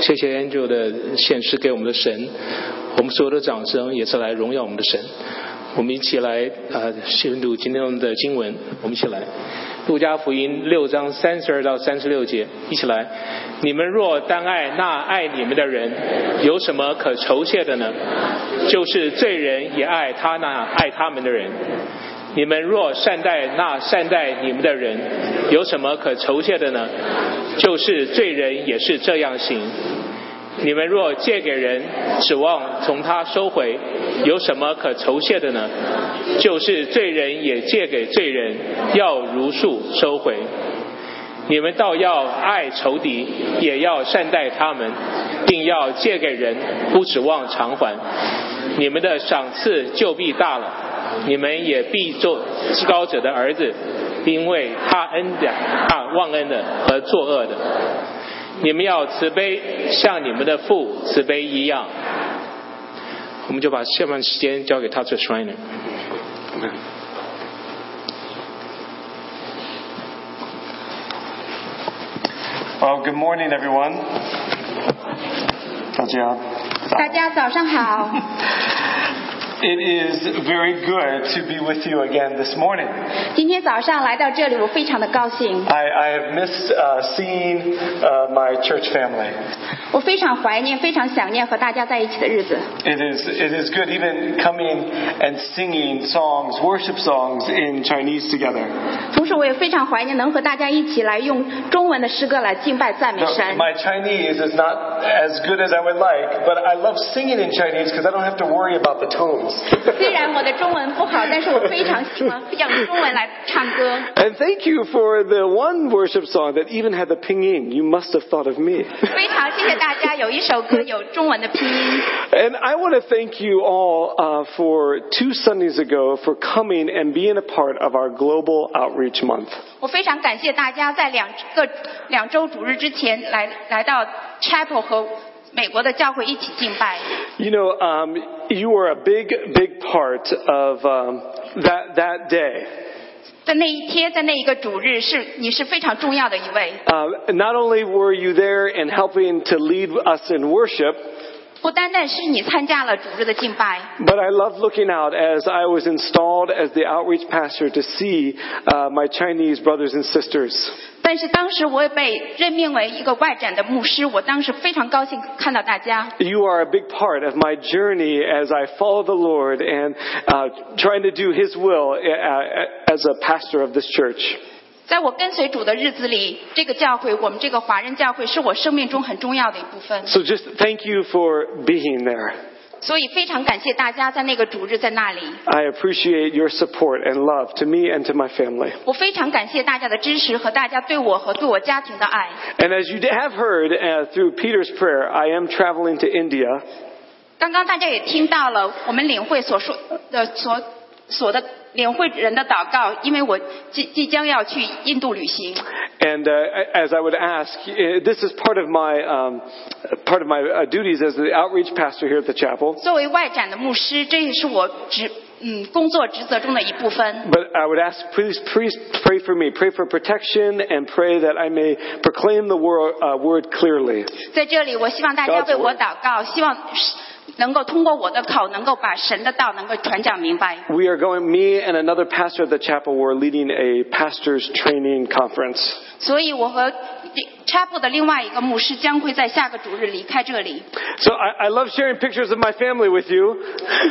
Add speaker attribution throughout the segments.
Speaker 1: 谢谢 Angel 的献诗给我们的神，我们所有的掌声也是来荣耀我们的神。我们一起来呃，宣读今天的经文，我们一起来。路加福音六章三十二到三十六节，一起来。你们若单爱那爱你们的人，有什么可酬谢的呢？就是罪人也爱他那爱他们的人。你们若善待那善待你们的人，有什么可酬谢的呢？就是罪人也是这样行。你们若借给人，指望从他收回，有什么可酬谢的呢？就是罪人也借给罪人，要如数收回。你们倒要爱仇敌，也要善待他们，并要借给人，不指望偿还。你们的赏赐就必大了，你们也必做至高者的儿子，因为他恩的、他忘恩的和作恶的。你们要慈悲，像你们的父慈悲一样。我们就把下半时间交给 t a t s h r i n e r
Speaker 2: ，Well, good morning, everyone. 大家
Speaker 3: 大家早上好，
Speaker 2: It is very good to be with you again this morning.
Speaker 3: 今天早上来到这里，我非常的高兴，
Speaker 2: I, I have missed uh, seeing uh, my church family.
Speaker 3: 我非常怀念，非常想念和大家在一起的日子。
Speaker 2: It is, it is good even coming and singing songs, worship songs in Chinese together.
Speaker 3: 同时，我也非常怀念能和大家一起来用中文的诗歌来敬拜赞美
Speaker 2: Now,
Speaker 3: 神。
Speaker 2: my Chinese is not as good as I would like, but I love singing in Chinese because I don't have to worry about the tones.
Speaker 3: 虽然我的中文不好，但是我非常喜欢用中文来唱歌。
Speaker 4: And thank you for the one worship song that even had the pinyin. You must have thought of me.
Speaker 3: 非常谢谢大家，有一首歌有中文的拼音。
Speaker 4: And I want to thank you all uh, for two Sundays ago for coming and being a part of our Global Outreach Month.
Speaker 3: 我非常感谢大家在两个两周主日之前来来到 Chapel 和美国的教会一起敬拜。
Speaker 4: You know, um, you were a big, big part of um, that that day.
Speaker 3: 在那一天，在那一个主日，是你是非常重要的一位。
Speaker 4: Uh, not only were you there and helping to lead us in worship,
Speaker 3: 不单单是你参加了主日的敬拜，
Speaker 4: But I love looking out as I was installed as the outreach pastor to see uh, my Chinese brothers and sisters.
Speaker 3: 但是当时我也被任命为一个外展的牧师，我当时非常高兴看到大家。
Speaker 4: You are a big part of my journey as I follow the Lord and uh, trying to do His will uh, as a pastor of this church.
Speaker 3: 在我跟随主的日子里，这个教会，我们这个华人教会，是我生命中很重要的一部分。
Speaker 4: So just thank you for being there.
Speaker 3: 所以非常感谢大家在那个主日在那里，
Speaker 4: I appreciate your support and love to me and to my family.
Speaker 3: 我非常感谢大家的支持和大家对我和对我家庭的爱。
Speaker 4: And as you have heard uh, through Peter's prayer, I am traveling to India
Speaker 3: 刚刚大家也听到了我们领会所说的所所的领会人的祷告，因为我即即将要去印度旅行。
Speaker 4: And uh, as I would ask, uh, this is part of my um, part of my uh, duties as the outreach pastor here at the chapel.
Speaker 3: 作为外展的牧师，这也是我职嗯工作职责中的一部分。
Speaker 4: But I would ask, please, please pray for me, pray for protection, and pray that I may proclaim the word, uh, word clearly.
Speaker 3: 在这里，我希望大家为我祷告，希望能够通过我的口，能够把神的道能够传讲明白。
Speaker 4: We are going. Me and another pastor of the chapel were leading a pastors training conference,
Speaker 3: 所以，我和插布的另外一个牧师将会在下个主日离开这里。
Speaker 4: so I, I love sharing pictures of my family with you.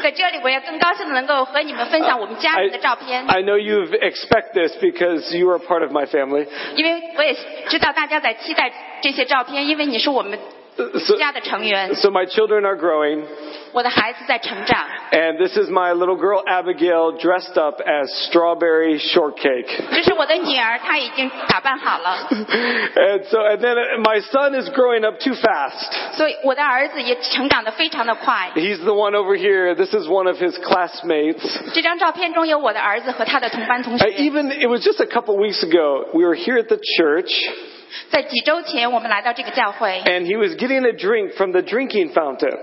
Speaker 3: 在这里，我也更高兴的能够和你们分享我们家人的照片，
Speaker 4: I know you expect this because you are a part of my family.
Speaker 3: 因为我也知道大家在期待这些照片，因为你是我们
Speaker 4: So,
Speaker 3: 家的成员。
Speaker 4: so my children are growing.
Speaker 3: 我的孩子在成长，
Speaker 4: And this is my little girl Abigail dressed up as strawberry shortcake.
Speaker 3: 这是我的女儿，她已经打扮好了。
Speaker 4: And so, and then uh, my son is growing up too fast.
Speaker 3: 所以我的儿子也成长得非常的快。
Speaker 4: He's the one over here. This is one of his classmates.
Speaker 3: 这张照片中有我的儿子和他的同班同
Speaker 4: Uh,
Speaker 3: 学。
Speaker 4: even, it was just a couple weeks ago, we were here at the church
Speaker 3: 在几周前，我们来到这个教会，
Speaker 4: and he was getting a drink from the drinking fountain.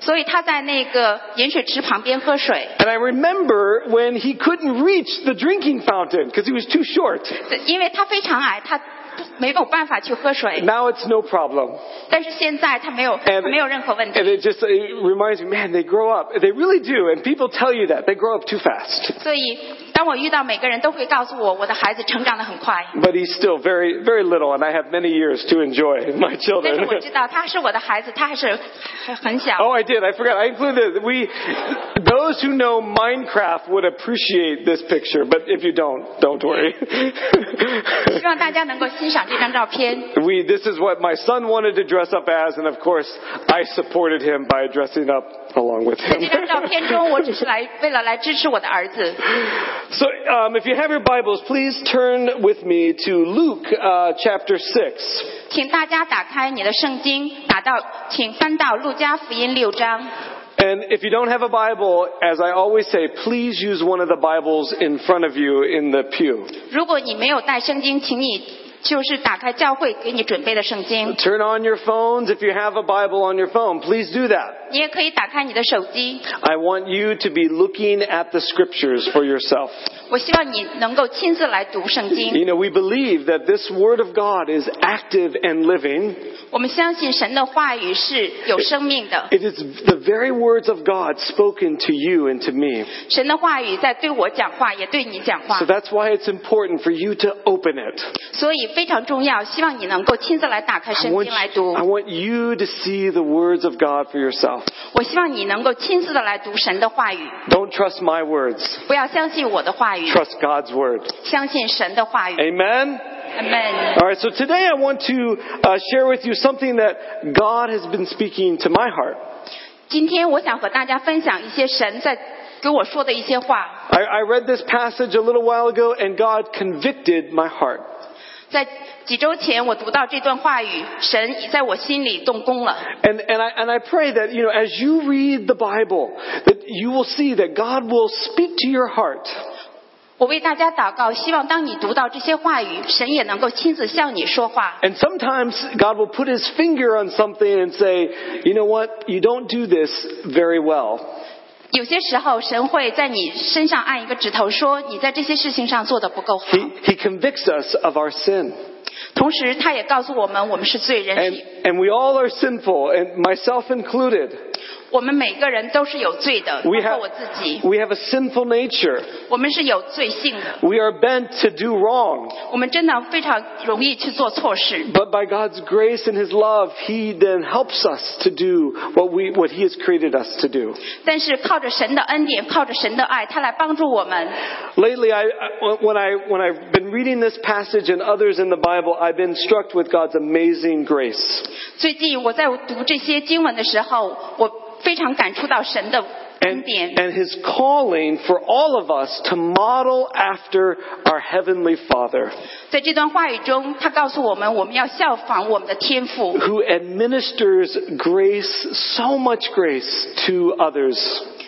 Speaker 3: 所以他在那个饮水池旁边喝水。
Speaker 4: And I remember when he couldn't reach the drinking fountain because he was too short.
Speaker 3: 因为他非常矮，他没有办法去喝水，
Speaker 4: Now it's no problem.
Speaker 3: 但是现在他没有，他
Speaker 4: And-
Speaker 3: 没有任何问
Speaker 4: And
Speaker 3: 题。
Speaker 4: it just it reminds me, man, they grow up. They really do. And people tell you that. They grow up too fast.
Speaker 3: 所以，当我遇到每个人都会告诉我，我的孩子成长得很快。
Speaker 4: But he's still very, very little, and I have many years to enjoy my
Speaker 3: 但是
Speaker 4: children.
Speaker 3: 我知道他是我的孩子，他还是很很小。
Speaker 4: oh, I did. I forgot. I included it. We, those who know Minecraft would appreciate this picture, but if you don't, don't worry.
Speaker 3: 希望大家能够欣赏这张照片。
Speaker 4: we, this is what my son wanted to dress up as, and of course, I supported him by dressing up along with
Speaker 3: 在这张照
Speaker 4: him.
Speaker 3: 片中，我只是来为了来支持我的儿子。
Speaker 4: So, um, if you have your Bibles, please turn with me to Luke uh, chapter 6.
Speaker 3: 请大家打开你的圣经，打到，请翻到路加福音六章。
Speaker 4: And if you don't have a Bible, as I always say, please use one of the Bibles in front of you in the pew.
Speaker 3: 如果你没有带圣经，请你就是打开教会给你准备的圣经。
Speaker 4: Turn on your phones. If you have a Bible on your phone, please do that.
Speaker 3: 你也可以打开你的手机。
Speaker 4: I want you to be looking at the scriptures for yourself.
Speaker 3: 我希望你能够亲自来读圣经。
Speaker 4: You know, we believe that this Word of God is active and living.
Speaker 3: 我们相信神的话语是有生命的，
Speaker 4: It is the very words of God spoken to you and to me.
Speaker 3: 神的话语在对我讲话，也对你讲话
Speaker 4: So，that's why it's important for you to open it.
Speaker 3: 所以非常重要。希望你能够亲自来打开
Speaker 4: I
Speaker 3: 圣
Speaker 4: want,
Speaker 3: 经来读
Speaker 4: I。want you to see the words of God for yourself.
Speaker 3: 我希望你能够亲自的来读神的话语，
Speaker 4: Don't trust my words.
Speaker 3: 不要相信我的话语，
Speaker 4: Trust God's word.
Speaker 3: 相信神的话语。
Speaker 4: Amen.
Speaker 3: Amen。
Speaker 4: All right, so today I want to uh, share with you something that God has been speaking to my heart.
Speaker 3: 今天我想和大家分享一些神在给我说的一些话。
Speaker 4: I, I read this passage a little while ago, and God convicted my heart.
Speaker 3: 在几周前，我读到这段话语，神已在我心里动工了。
Speaker 4: And, and, I, and I pray that, you know, as you read the Bible, that you will see that God will speak to your heart.
Speaker 3: 我为大家祷告，希望当你读到这些话语，神也能够亲自向你说话。
Speaker 4: And sometimes God will put his finger on something and say, you know what, you don't do this very well.
Speaker 3: 有些时候，神会在你身上按一个指头，说你在这些事情上做的不够好。
Speaker 4: He, he convicts us of our sin.
Speaker 3: 同时，他也告诉我们，我们是罪人
Speaker 4: And,，and we all are sinful, and myself included.
Speaker 3: 我们每个人都是有罪的，包
Speaker 4: We have,
Speaker 3: 括我自己，
Speaker 4: we have Oh, a sinful nature.
Speaker 3: 我们是有罪性的，
Speaker 4: We are bent to do wrong.
Speaker 3: 我们真的非常容易去做错事。
Speaker 4: But by God's grace and His love, He then helps us to do what, we, what He has created us to do.
Speaker 3: 但是靠着神的恩典，靠着神的爱，他来帮助我们。
Speaker 4: Lately, I, I- when, I, when I've been reading this passage and others in the Bible, I've been struck with God's amazing grace.
Speaker 3: 最近我在读这些经文的时候，我非常感触到神的恩
Speaker 4: And,
Speaker 3: 典。
Speaker 4: and His calling for all of us to model after our Heavenly Father.
Speaker 3: 在这段话语中，他告诉我们，我们要效仿我们的天赋，
Speaker 4: who administers grace, so much grace to others.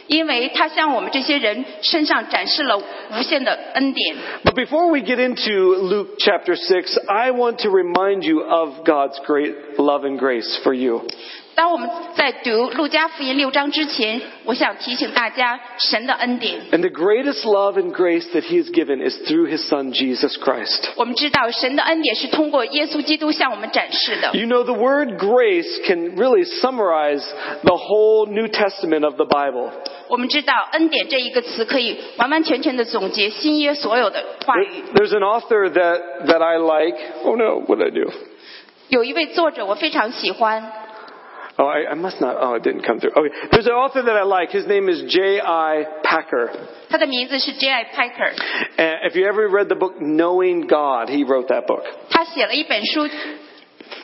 Speaker 3: 因为他向我们这些人身上展示了无限的恩典。
Speaker 4: But before we get into Luke chapter 6, I want to remind you of God's great love and grace for you.
Speaker 3: 当我们在读路加福音六章之前，我想提醒大家神的恩典。
Speaker 4: And the greatest love and grace that He has given is through His Son, Jesus Christ.
Speaker 3: 我们知道神的恩典是通过耶稣基督向我们展示的。
Speaker 4: You know, the word grace can really summarize the whole New Testament of the Bible.
Speaker 3: 我们知道“恩典”这一个词可以完完全全的总结新约所有的话语。
Speaker 4: There's an author that, that I like. Oh no, what did I do?
Speaker 3: 有一位作者我非常喜欢，
Speaker 4: Oh, I, I must not. Oh, it didn't come through. Okay. There's an author that I like. His name is J.I. Packer.
Speaker 3: 他的名字是 J.I. Packer，
Speaker 4: And if you ever read the book Knowing God, he wrote that book.
Speaker 3: 他写了一本书，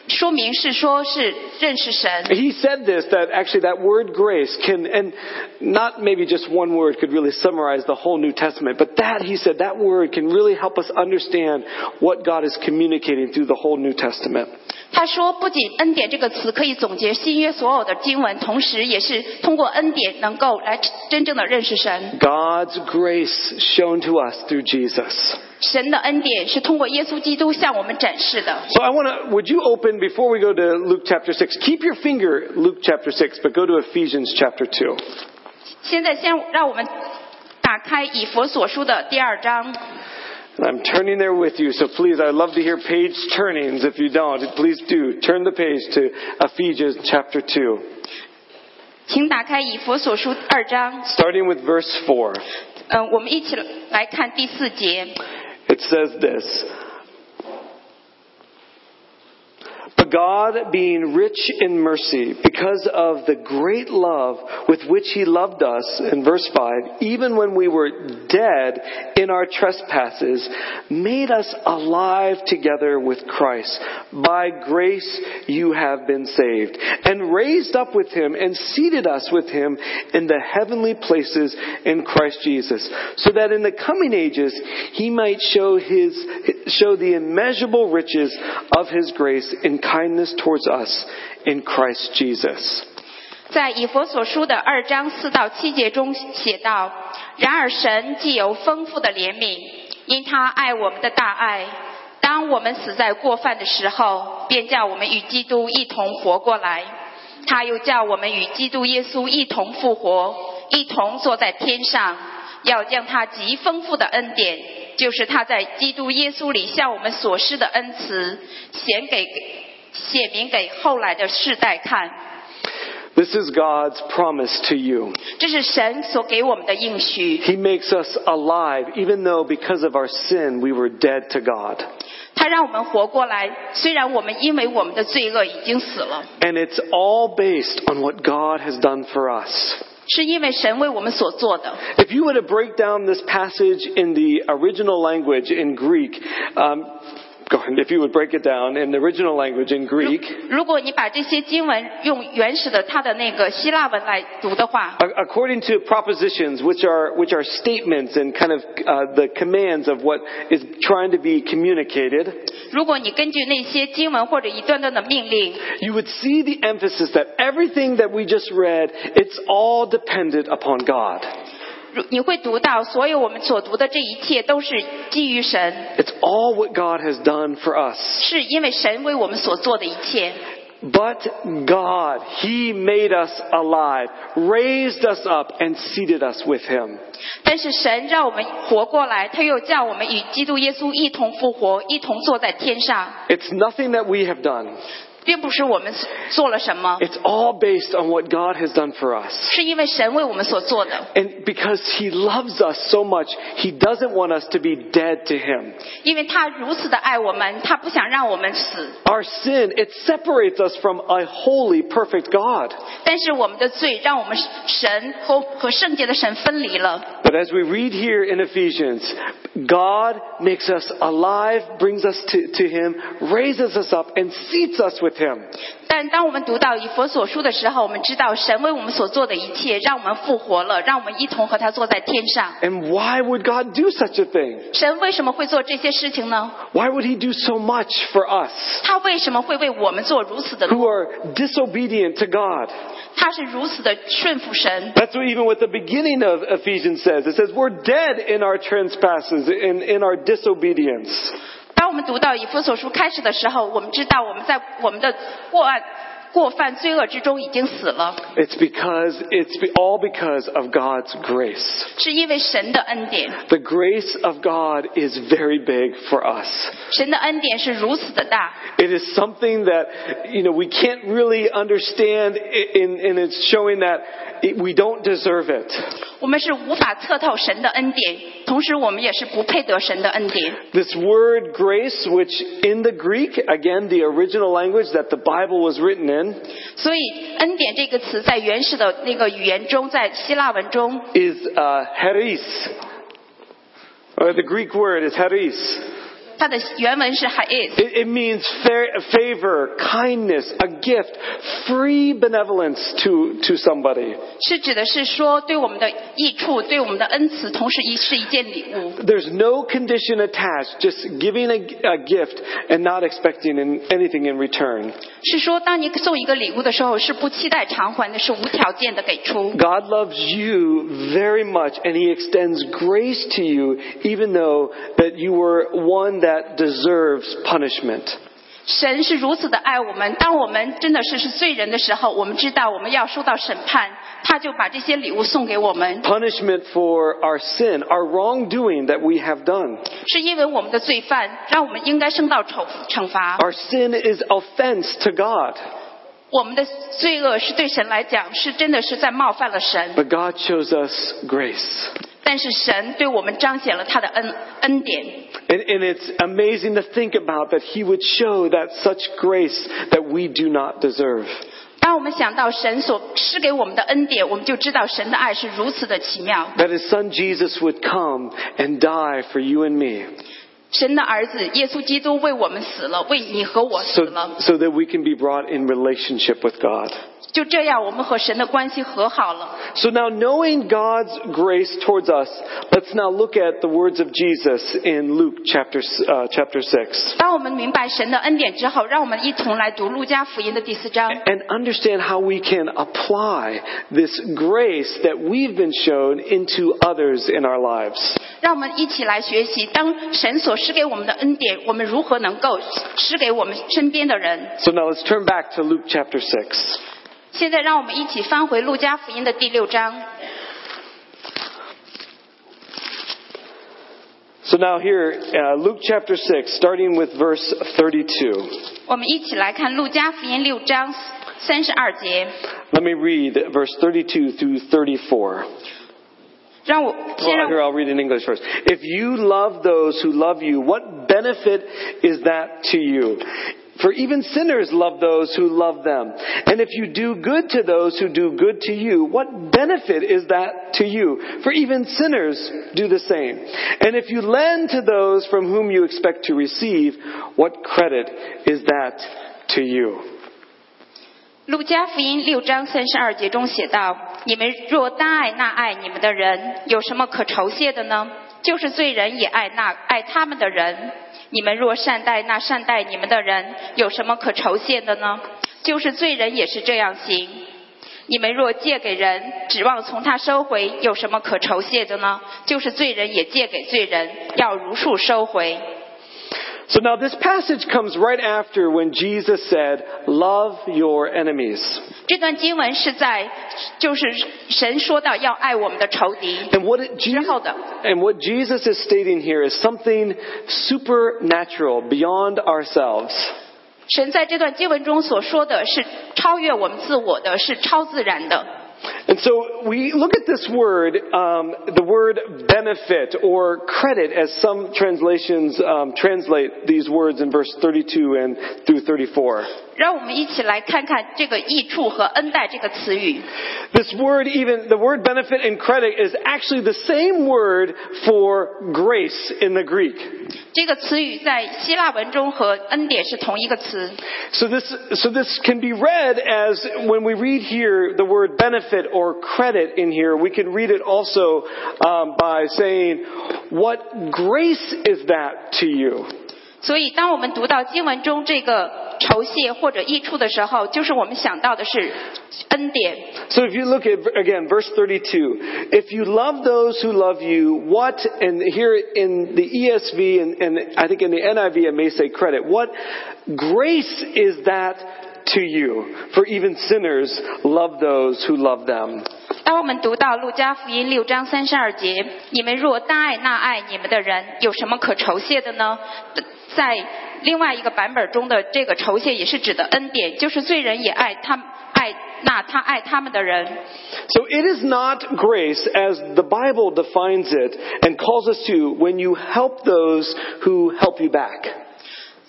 Speaker 3: 书名是说是认识神。
Speaker 4: He said this that actually that word grace can, and not maybe just one word could really summarize the whole New Testament, but that, he said, that word can really help us understand what God is communicating through the whole New Testament.
Speaker 3: 他说，不仅“恩典”这个词可以总结新约所有的经文，同时也是通过恩典能够来真正的认识神。
Speaker 4: God's grace shown to us through Jesus.
Speaker 3: 神的恩典是通过耶稣基督向我们展示的。
Speaker 4: So I want to, would you open before we go to Luke chapter 6? Keep your finger Luke chapter 6, but go to Ephesians chapter 2.
Speaker 3: 现在先让我们打开以佛所书的第二章。
Speaker 4: And I'm turning there with you, so please, I love to hear page turnings. If you don't, please do. Turn the page to Ephesians chapter 2,
Speaker 3: 请打开以佛所书二章，
Speaker 4: starting with verse 4.
Speaker 3: 嗯、我们一起来看第四节。
Speaker 4: It says this But God, being rich in mercy, because of the great love with which He loved us, in verse 5, even when we were dead in our trespasses, made us alive together with Christ. By grace you have been saved, and raised up with Him, and seated us with Him in the heavenly places in Christ Jesus, so that in the coming ages He might show His show the immeasurable riches of His grace in kindness towards us in Christ Jesus.
Speaker 3: 在以佛所书的二章四到七节中写道：“然而神既有丰富的怜悯，因他爱我们的大爱，当我们死在过犯的时候，便叫我们与基督一同活过来。他又叫我们与基督耶稣一同复活，一同坐在天上，要将他极丰富的恩典，就是他在基督耶稣里向我们所施的恩慈，显给显明给后来的世代看。”
Speaker 4: This is God's promise to you.
Speaker 3: 这是神所给我们的应许，
Speaker 4: He makes us alive, even though because of our sin we were dead to God.
Speaker 3: 他让我们活过来。虽然我们因为我们的罪恶已经死了，
Speaker 4: And it's all based on what God has done for us.
Speaker 3: 是因为神为我们所做的。
Speaker 4: If you were to break down this passage in the original language in Greek, um, go ahead, if you would break it down in the original language in Greek,
Speaker 3: 如果你把这些经文用原始的它的那个希腊文来读的话，
Speaker 4: a- according to propositions, which are which are statements and kind of uh, the commands of what is trying to be communicated,
Speaker 3: 如果你根据那些经文或者一段段的命令，
Speaker 4: you would see the emphasis that everything that we just read, it's all dependent upon God.
Speaker 3: 如你会读到所有我们所读的这一切都是基于神，
Speaker 4: It's all what God has done for us.
Speaker 3: 是因为神为我们所做的一切。
Speaker 4: But God, He made us alive, raised us up, and seated us with Him.
Speaker 3: 但是神让我们活过来，他又叫我们与基督耶稣一同复活，一同坐在天上。
Speaker 4: It's nothing that we have done.
Speaker 3: 并不是我们做了什么，
Speaker 4: It's all based on what God has done for us.
Speaker 3: 是因为神为我们所做的。
Speaker 4: And because He loves us so much, He doesn't want us to be dead to Him.
Speaker 3: 因为他如此的爱我们，他不想让我们死。
Speaker 4: Our sin, it separates us from a holy, perfect God.
Speaker 3: 但是我们的罪让我们神和和圣洁的神分离了。
Speaker 4: But as we read here in Ephesians, God makes us alive, brings us to, to Him, raises us up, and seats us with Him.
Speaker 3: 但当我们读到以佛所书的时候，我们知道神为我们所做的一切，让我们复活了，让我们一同和他坐在天上。
Speaker 4: And why would God do such a thing?
Speaker 3: 神为什么会做这些事情呢？
Speaker 4: Why would He do so much for us
Speaker 3: 他为什么会为我们做如此的？
Speaker 4: who are disobedient to God?
Speaker 3: 他是如此的顺服神。
Speaker 4: That's what even what the beginning of Ephesians says. It says we're dead in our trespasses, in, in our disobedience.
Speaker 3: 当我们读到以弗所书开始的时候，我们知道我们在我们的过案、过犯、罪恶之中已经死了，
Speaker 4: It's because, it's be- all because of God's grace.
Speaker 3: 是因为神的恩典。
Speaker 4: The grace of God is very big for us.
Speaker 3: 神的恩典是如此的大，
Speaker 4: It is something that, you know, we can't really understand i- in, in it's showing that it, we don't deserve it.
Speaker 3: 我们是无法测透神的恩典，同时我们也是不配得神的恩典。
Speaker 4: This word grace, which in the Greek, again, the original language that the Bible was written in,
Speaker 3: 所以，恩典这个词在原始的那个语言中，在希腊文中，
Speaker 4: is uh, heris. Or the Greek word is heris.
Speaker 3: 它的原文是 h i s
Speaker 4: It, it means fa- favor, kindness, a gift, free benevolence to, to somebody.
Speaker 3: 是指的是说对我们的益处、对我们的恩慈，同时一是一件礼物。
Speaker 4: There's no condition attached, just giving a, a gift and not expecting in, anything in return.
Speaker 3: 是说，当你送一个礼物的时候，是不期待偿还的，是无条件的给出。
Speaker 4: God loves you very much and he extends grace to you even though that you were one that deserves punishment.
Speaker 3: 神是如此的爱我们，当我们真的是是罪人的时候，我们知道我们要受到审判，他就把这些礼物送给我们，
Speaker 4: Punishment for our sin, our wrongdoing that we have done.
Speaker 3: 是因为我们的罪犯，让我们应该受到惩惩罚。
Speaker 4: Our sin is offense to God.
Speaker 3: 我们的罪恶是对神来讲是真的是在冒犯了神，
Speaker 4: But God shows us grace.
Speaker 3: 但是神对我们彰显了他的恩恩典。
Speaker 4: And, and it's amazing to think about that He would show that such grace that we do not deserve.
Speaker 3: 当我们想到神所施给我们的恩典，我们就知道神的爱是如此的奇妙。
Speaker 4: That His Son Jesus would come and die for you and me
Speaker 3: 神的儿子耶稣基督为我们死了，为你和我死
Speaker 4: so,
Speaker 3: 了。
Speaker 4: so that we can be brought in relationship with God.
Speaker 3: 就这样，我们和神的关系和好了。
Speaker 4: So now, knowing God's grace towards us, let's now look at the words of Jesus in Luke chapter, s- uh, chapter 6
Speaker 3: 当我们明白神的恩典之后，让我们一同来读路加福音的第四章，
Speaker 4: and understand how we can apply this grace that we've been shown into others in our lives.
Speaker 3: 让我们一起来学习，当神所施给我们的恩典，我们如何能够施给我们身边的人。
Speaker 4: So now let's turn back to Luke chapter 6.
Speaker 3: 现在，让我们一起翻回路加福音的第六章。
Speaker 4: So now here, uh, Luke chapter 6, starting with verse 32.
Speaker 3: 我们一起来看路加福音六章三十二节。
Speaker 4: Let me read verse 32 through 34.
Speaker 3: 让我
Speaker 4: Well,
Speaker 3: 先让
Speaker 4: here
Speaker 3: 我
Speaker 4: I'll read in English first. If you love those who love you, what benefit is that to you? For even sinners love those who love them. And if you do good to those who do good to you, what benefit is that to you? For even sinners do the same. And if you lend to those from whom you expect to receive, what credit is that to you?
Speaker 3: 路加福音六章三十二节中写道：“你们若单爱那爱你们的人，有什么可酬谢的呢？就是罪人也爱那爱他们的人。你们若善待那善待你们的人，有什么可酬谢的呢？就是罪人也是这样行。你们若借给人，指望从他收回，有什么可酬谢的呢？就是罪人也借给罪人，要如数收回。”
Speaker 4: So now this passage comes right after when Jesus said, love your enemies.
Speaker 3: 这段经文是在，就是神说到要爱我们的仇敌
Speaker 4: And what, it, Jesus,
Speaker 3: 之后的。
Speaker 4: and what Jesus is stating here is something supernatural beyond ourselves.
Speaker 3: 神在这段经文中所说的是超越我们自我的，是超自然的。
Speaker 4: And so we look at this word, um, the word benefit or credit, as some translations um, translate these words in verse 32 and through 34.
Speaker 3: 让我们一起来看看这个益处和恩待这个词语。
Speaker 4: This word, even the word benefit and credit, is actually the same word for grace in the Greek.
Speaker 3: 这个词语在希腊文中和恩典是同一个词，
Speaker 4: So this, so this can be read as when we read here the word benefit or credit in here, we can read it also um, by saying, "What grace is that to you?"
Speaker 3: 所以当我们读到经文中这个酬谢或者益处的时候，就是我们想到的是恩典。
Speaker 4: So if you look at again verse 32, if you love those who love you, what and here in the ESV and, and I think in the NIV it may say credit. What grace is that to you? For even sinners love those who love them.
Speaker 3: 当我们读到路加福音六章三十二节，你们若单爱那爱你们的人，有什么可酬谢的呢？在另外一个版本中的这个酬谢也是指的恩典，就是罪人也爱他爱那他爱他们的人。
Speaker 4: So it is not grace as the Bible defines it and calls us to when you help those who help you back.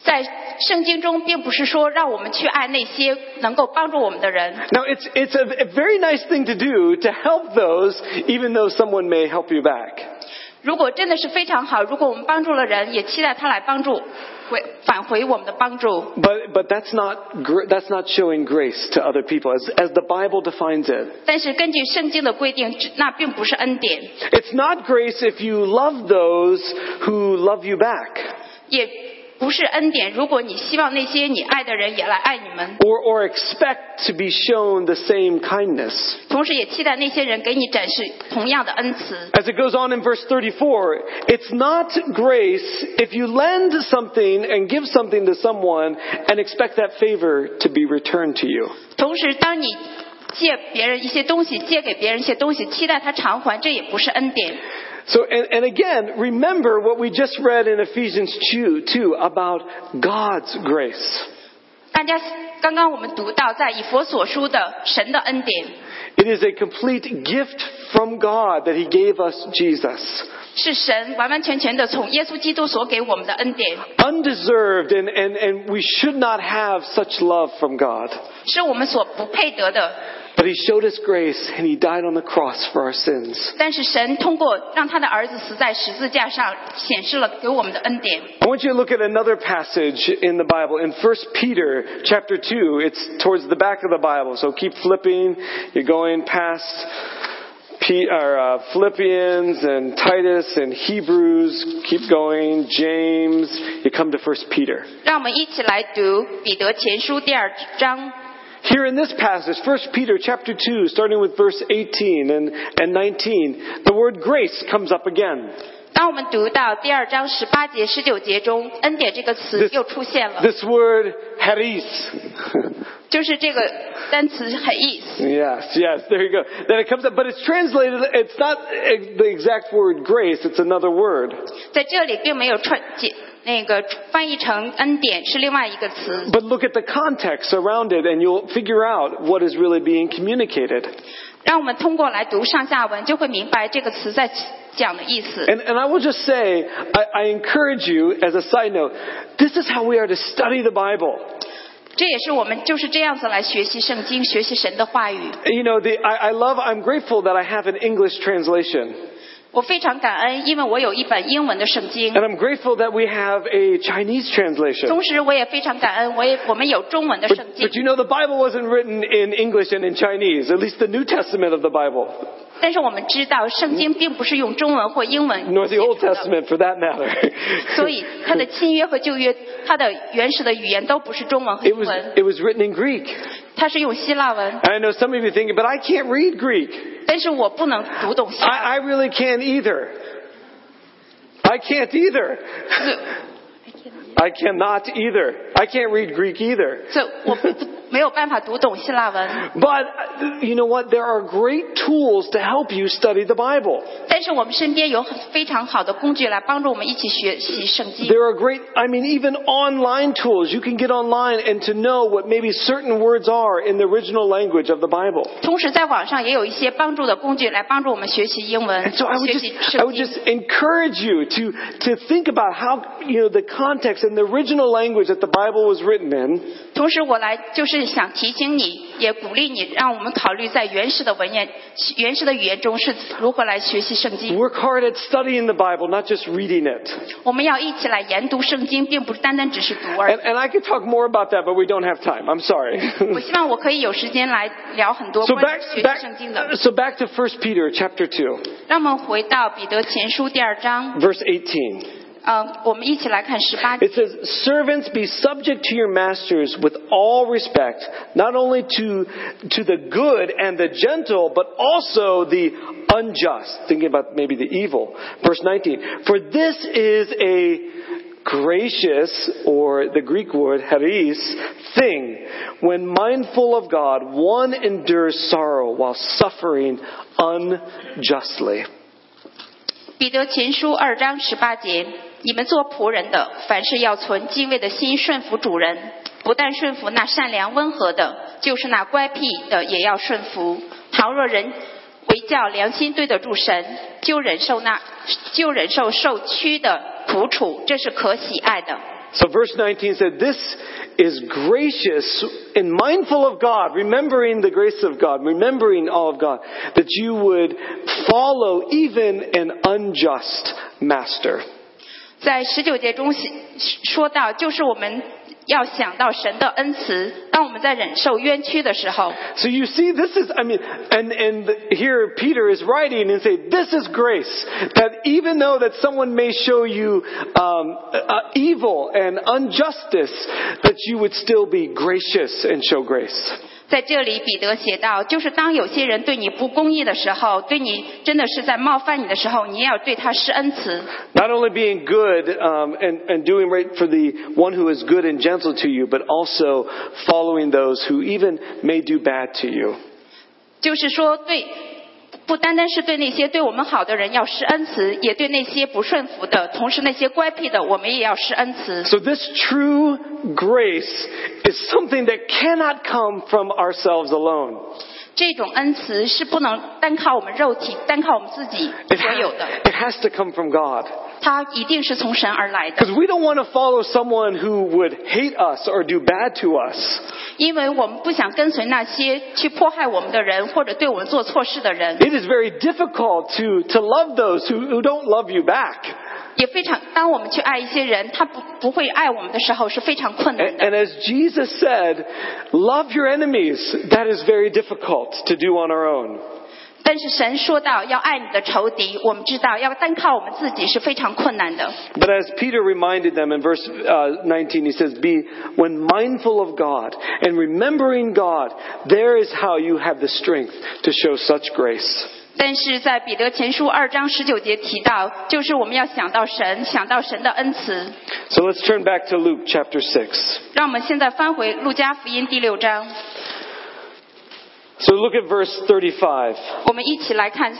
Speaker 3: 在圣经中，并不是说让我们去爱那些能够帮助我们的人。
Speaker 4: Now it's, it's a, a very nice thing to do to help those even though someone may help you back.
Speaker 3: 如果真的是非常好，如果我们帮助了人，也期待他来帮助回返回我们的帮助。
Speaker 4: But, but that's not, gr- that's not showing grace to other people as, as the Bible defines it.
Speaker 3: 但是根据圣经的规定，这那并不是恩典。
Speaker 4: It's not grace if you love those who love you back.
Speaker 3: 也不是恩典。如果你希望那些你爱的人也来爱你们，
Speaker 4: or, or expect to be shown the same kindness.
Speaker 3: 同时也期待那些人给你展示同样的恩慈。
Speaker 4: As it goes on in verse 34, it's not grace if you lend something and give something to someone and expect that favor to be returned to you.
Speaker 3: 同时，当你借别人一些东西，借给别人一些东西，期待他偿还，这也不是恩典。
Speaker 4: So, and, and again, remember what we just read in Ephesians 2, 2 about God's grace.
Speaker 3: 大家刚刚我们读到，在以佛所书的神的恩典
Speaker 4: It is a complete gift from God that He gave us Jesus.
Speaker 3: 是神完完全全的从耶稣基督所给我们的恩典，
Speaker 4: Undeserved, and, and, and we should not have such love from God.
Speaker 3: 是我们所不配得的。
Speaker 4: But He showed us grace and He died on the cross for our sins.
Speaker 3: 但是神通过让他的儿子死在十字架上，显示了给我们的恩典。
Speaker 4: I want you to look at another passage in the Bible in 1 Peter chapter 2. It's towards the back of the Bible. So keep flipping. You're going past P, or, uh, Philippians and Titus and Hebrews. Keep going. James. You come to 1 Peter.
Speaker 3: 让我们一起来读彼得前书第二章。
Speaker 4: Here in this passage, 1 Peter chapter 2, starting with verse 18 and, and 19, the word grace comes up again.
Speaker 3: 当我们读到第二章十八节、十九节中，“恩典”这个词
Speaker 4: This-
Speaker 3: 又出现了，
Speaker 4: This word, haris.
Speaker 3: 就是这个单词很意思。
Speaker 4: Yes, yes, there you go. Then it comes up, but it's translated, it's not ex- the exact word grace, it's another word.
Speaker 3: 在这里并没有串解那个翻译成恩典是另外一个词，
Speaker 4: But look at the context around it and you'll figure out what is really being communicated.
Speaker 3: 让我们通过来读上下文就会明白这个词在讲的意思。
Speaker 4: And, and I will just say, I, I encourage you, as a side note, this is how we are to study the Bible.
Speaker 3: 这也是我们就是这样子来学习圣经、学习神的话语。
Speaker 4: You know, the, I, I love, I'm grateful that I have an English translation.
Speaker 3: 我非常感恩，因为我有一本英文的圣经
Speaker 4: And，I'm grateful that we have a Chinese translation.
Speaker 3: 同时我也非常感恩，我也我们有中文的
Speaker 4: But,
Speaker 3: 圣经
Speaker 4: but。you know, the Bible wasn't written in English and in Chinese, at least the New Testament of the Bible.
Speaker 3: 但是我们知道，圣经并不是用中文或英文
Speaker 4: nor
Speaker 3: 写
Speaker 4: the Old
Speaker 3: 成的，
Speaker 4: Testament for that matter.
Speaker 3: 所以它的新约和旧约，它的原始的语言都不是中文和
Speaker 4: it
Speaker 3: 英
Speaker 4: was
Speaker 3: 文，
Speaker 4: it was written in Greek.
Speaker 3: 它是用希腊文。
Speaker 4: I know some of you thinking, but I can't read Greek.
Speaker 3: 但是我不能读懂希腊
Speaker 4: I, I really can't either. I can't either. I cannot either. I can't read Greek either.
Speaker 3: 文，所以我不不没有办法读懂希腊文。
Speaker 4: But uh, you know what? There are great tools to help you study the Bible.
Speaker 3: 但是我们身边有很非常好的工具来帮助我们一起学习圣经。
Speaker 4: There are great, I mean, even online tools. You can get online and to know what maybe certain words are in the original language of the Bible.
Speaker 3: 同时，在网上也有一些帮助的工具来帮助我们学习英文
Speaker 4: And，so I would
Speaker 3: 学
Speaker 4: just,
Speaker 3: 习
Speaker 4: I
Speaker 3: 圣
Speaker 4: would just
Speaker 3: 经。
Speaker 4: encourage you to, to think about how, you know, the context and the original language that the Bible was written in,
Speaker 3: 同时，我来就是想提醒你，也鼓励你，让我们考虑在原始的文言、原始的语言中是如何来学习圣经。
Speaker 4: work hard at studying the Bible, not just reading it.
Speaker 3: 我们要一起来研读圣经，并不单单只是读而已
Speaker 4: And,。and I could talk more about that, but we don't have time. I'm sorry.
Speaker 3: 我希望我可以有时间来聊很多
Speaker 4: so
Speaker 3: 关
Speaker 4: back,
Speaker 3: 于学习圣经的
Speaker 4: back,。so back to 1 Peter chapter 2,
Speaker 3: 让我们回到彼得前书第二章，
Speaker 4: verse 18.
Speaker 3: 呃，我们一起来看十八节
Speaker 4: It。says, servants be subject to your masters with all respect, not only to, to the good and the gentle, but also the unjust. Thinking about maybe the evil. Verse 19. For this is a gracious, or the Greek word haris, thing. When mindful of God, one endures sorrow while suffering unjustly.
Speaker 3: 彼得前书二章十八节：你们做仆人的，凡事要存敬畏的心，顺服主人。不但顺服那善良温和的，就是那乖僻的也要顺服。倘若人为教良心对得住神，就忍受那就忍受受屈的苦楚，这是可喜爱的。
Speaker 4: So verse 19 said, this is gracious and mindful of God, remembering the grace of God, remembering all of God, that you would follow even an unjust master.
Speaker 3: 在十九节中写说到，就是我们要想到神的恩慈。当我们在忍受冤屈的时候，
Speaker 4: So you see, this is, I mean, and, and here Peter is writing and saying, this is grace. That even though that someone may show you um, uh, evil and injustice, that you would still be gracious and show grace.
Speaker 3: 在这里彼得写道：就是当有些人对你不公义的时候，对你真的是在冒犯你的时候，你也要对他施恩慈。
Speaker 4: Not only being good um, and, and doing right for the one who is good and gentle to you, but also following those who even may do bad to you.
Speaker 3: 就是说对，不单单是对那些对我们好的人要施恩慈，也对那些不顺服的，同时那些乖僻的，我们也要施恩慈。
Speaker 4: So this true grace is something that cannot come from ourselves alone.
Speaker 3: 这种恩慈是不能单靠我们肉体，单靠我们自己
Speaker 4: It
Speaker 3: 所有 的，
Speaker 4: has, it has to come from God.
Speaker 3: 它一定是从神而来的。
Speaker 4: Because we don't want to follow someone who would hate us or do bad to us.
Speaker 3: 因为我们不想跟随那些去迫害我们的人，或者对我们做错事的人，
Speaker 4: It is very difficult to, to love those who, who don't love you back.
Speaker 3: 也非常。当我们去爱一些人，他不不会爱我们的时候，是非常困
Speaker 4: A-
Speaker 3: 难
Speaker 4: And,
Speaker 3: 的。
Speaker 4: as Jesus said, love your enemies. That is very difficult to do on our own.
Speaker 3: 但是神说到要爱你的仇敌，我们知道要单靠我们自己是非常困难的。
Speaker 4: But as Peter reminded them in verse uh, 19, he says, Be when mindful of God and remembering God, there is how you have the strength to show such grace.
Speaker 3: 但是在彼得前书二章十九节提到，就是我们要想到神，想到神的恩慈。
Speaker 4: So let's turn back to Luke chapter 6.
Speaker 3: 让我们现在翻回路加福音第六章，
Speaker 4: So look at verse 35.
Speaker 3: 我们一起来看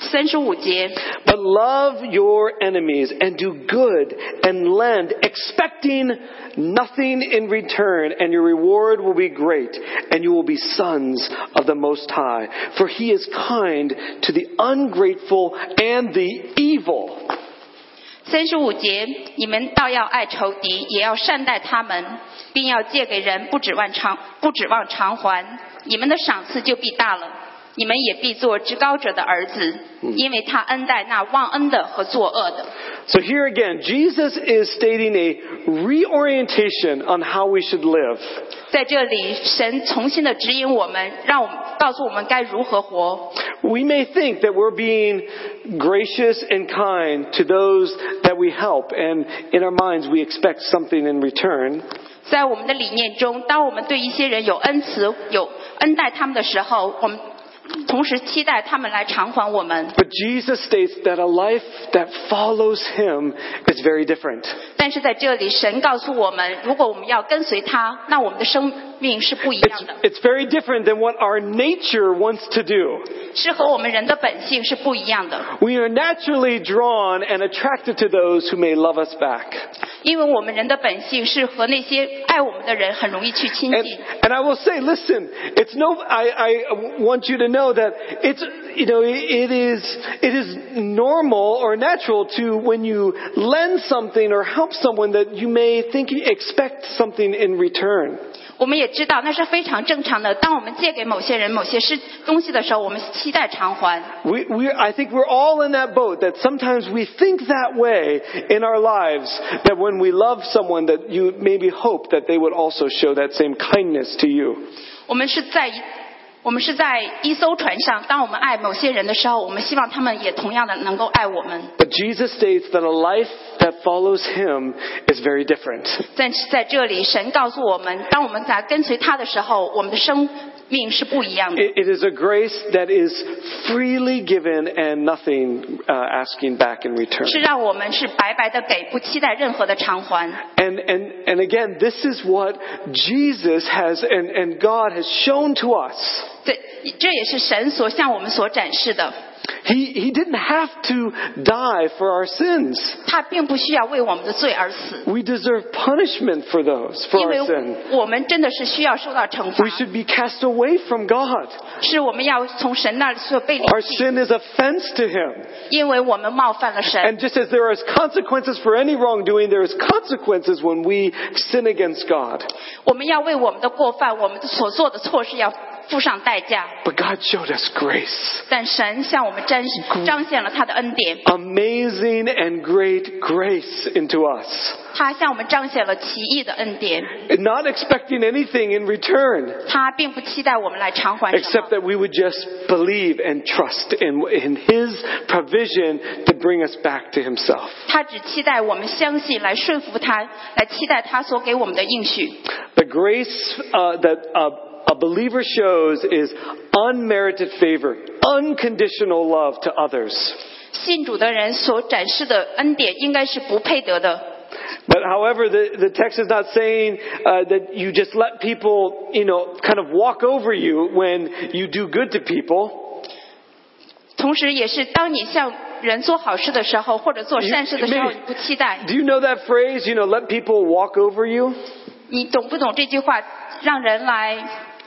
Speaker 3: 三十五节。
Speaker 4: But love your enemies and do good and lend, expecting nothing in return, and your reward will be great, and you will be sons of the Most High. For he is kind to the ungrateful and the evil.
Speaker 3: 三十五节，你们倒要爱仇敌，也要善待他们，并要借给人，不指望偿，不指望偿还，你们的赏赐就必大了。你们也必做至高者的儿子，因为他恩待那忘恩的和作恶的。
Speaker 4: So here again, Jesus is stating a reorientation on how we should live.
Speaker 3: 在这里，神重新的指引我们，让我们告诉我们该如何活。
Speaker 4: We may think that we're being gracious and kind to those that we help, and in our minds we expect something in return.
Speaker 3: 在我们的理念中，当我们对一些人有恩慈、有恩待他们的时候，我们同时期待他们来偿还我们。
Speaker 4: But Jesus states that a life that follows Him is very different.
Speaker 3: 但是在这里，神告诉我们，如果我们要跟随他，那我们的生命是不一
Speaker 4: It's,
Speaker 3: 样的，
Speaker 4: it's very different than what our nature wants to do.
Speaker 3: 是和我们人的本性是不一样的。
Speaker 4: We are naturally drawn and attracted to those who may love us back.
Speaker 3: 因为我们人的本性是和那些爱我们的人很容易去亲
Speaker 4: And,
Speaker 3: 近。
Speaker 4: and I will say, listen, it's no, I, I want you to know that it's, you know, it is, it is normal or natural to when you lend something or help someone that you may think you expect something in return.
Speaker 3: 我们也知道那是非常正常的。当我们借给某些人某些事东西的时候，我们期待偿还。
Speaker 4: We, we, I think we're all in that boat that sometimes we think that way in our lives that when we love someone that you maybe hope that they would also show that same kindness to you.
Speaker 3: 我们是在一我们是在一艘船上，当我们爱某些人的时候，我们希望他们也同样的能够爱我们。
Speaker 4: But Jesus states that a life that follows Him is very different.
Speaker 3: 但是在这里，神告诉我们，当我们在跟随他的时候，我们的生命是不一样的。
Speaker 4: It, it is a grace that is freely given and nothing uh, asking back in return.
Speaker 3: 是让我们是白白的给，不期待任何的偿还。
Speaker 4: And, and, and again, this is what Jesus has and, and God has shown to us.
Speaker 3: 这这也是神所向我们所展示的，
Speaker 4: He, he didn't have to die for our sins.
Speaker 3: 他并不需要为我们的罪而死，
Speaker 4: We deserve punishment for those, for
Speaker 3: 因
Speaker 4: our
Speaker 3: 为
Speaker 4: sin.
Speaker 3: 我们真的是需要受到惩
Speaker 4: We
Speaker 3: 罚，
Speaker 4: should be cast away from God.
Speaker 3: 是我们要从神那里所被离
Speaker 4: Our
Speaker 3: 弃，
Speaker 4: sin is offense to Him.
Speaker 3: 因为我们冒犯了神。
Speaker 4: And just as there is consequences for any wrongdoing, there is consequences when we sin against God.
Speaker 3: 我们要为我们的过犯、我们所做的错事要付上代价。
Speaker 4: But God showed us grace.
Speaker 3: 但神向我们彰彰显了他的恩典，
Speaker 4: Amazing and great grace into us.
Speaker 3: 他向我们彰显了奇异的恩典。
Speaker 4: Not expecting anything in return
Speaker 3: 他并不期待我们来偿还什
Speaker 4: except
Speaker 3: 么，
Speaker 4: that we would just believe and trust in, in His provision to bring us back to Himself.
Speaker 3: 他只期待我们相信，来顺服他，来期待他所给我们的应许。
Speaker 4: The grace uh, that a, a believer shows is unmerited favor, unconditional love to others.
Speaker 3: 信主的人所展示的恩典应该是不配得的，
Speaker 4: But however, the, the text is not saying uh, that you just let people, you know, kind of walk over you when you do good to people.
Speaker 3: 同时也是当你向人做好事的时候，或者做善事的时候，
Speaker 4: 你
Speaker 3: 你不期待。
Speaker 4: Do you know that phrase? You know, let people walk over you.
Speaker 3: 你懂不懂这句话？让人来，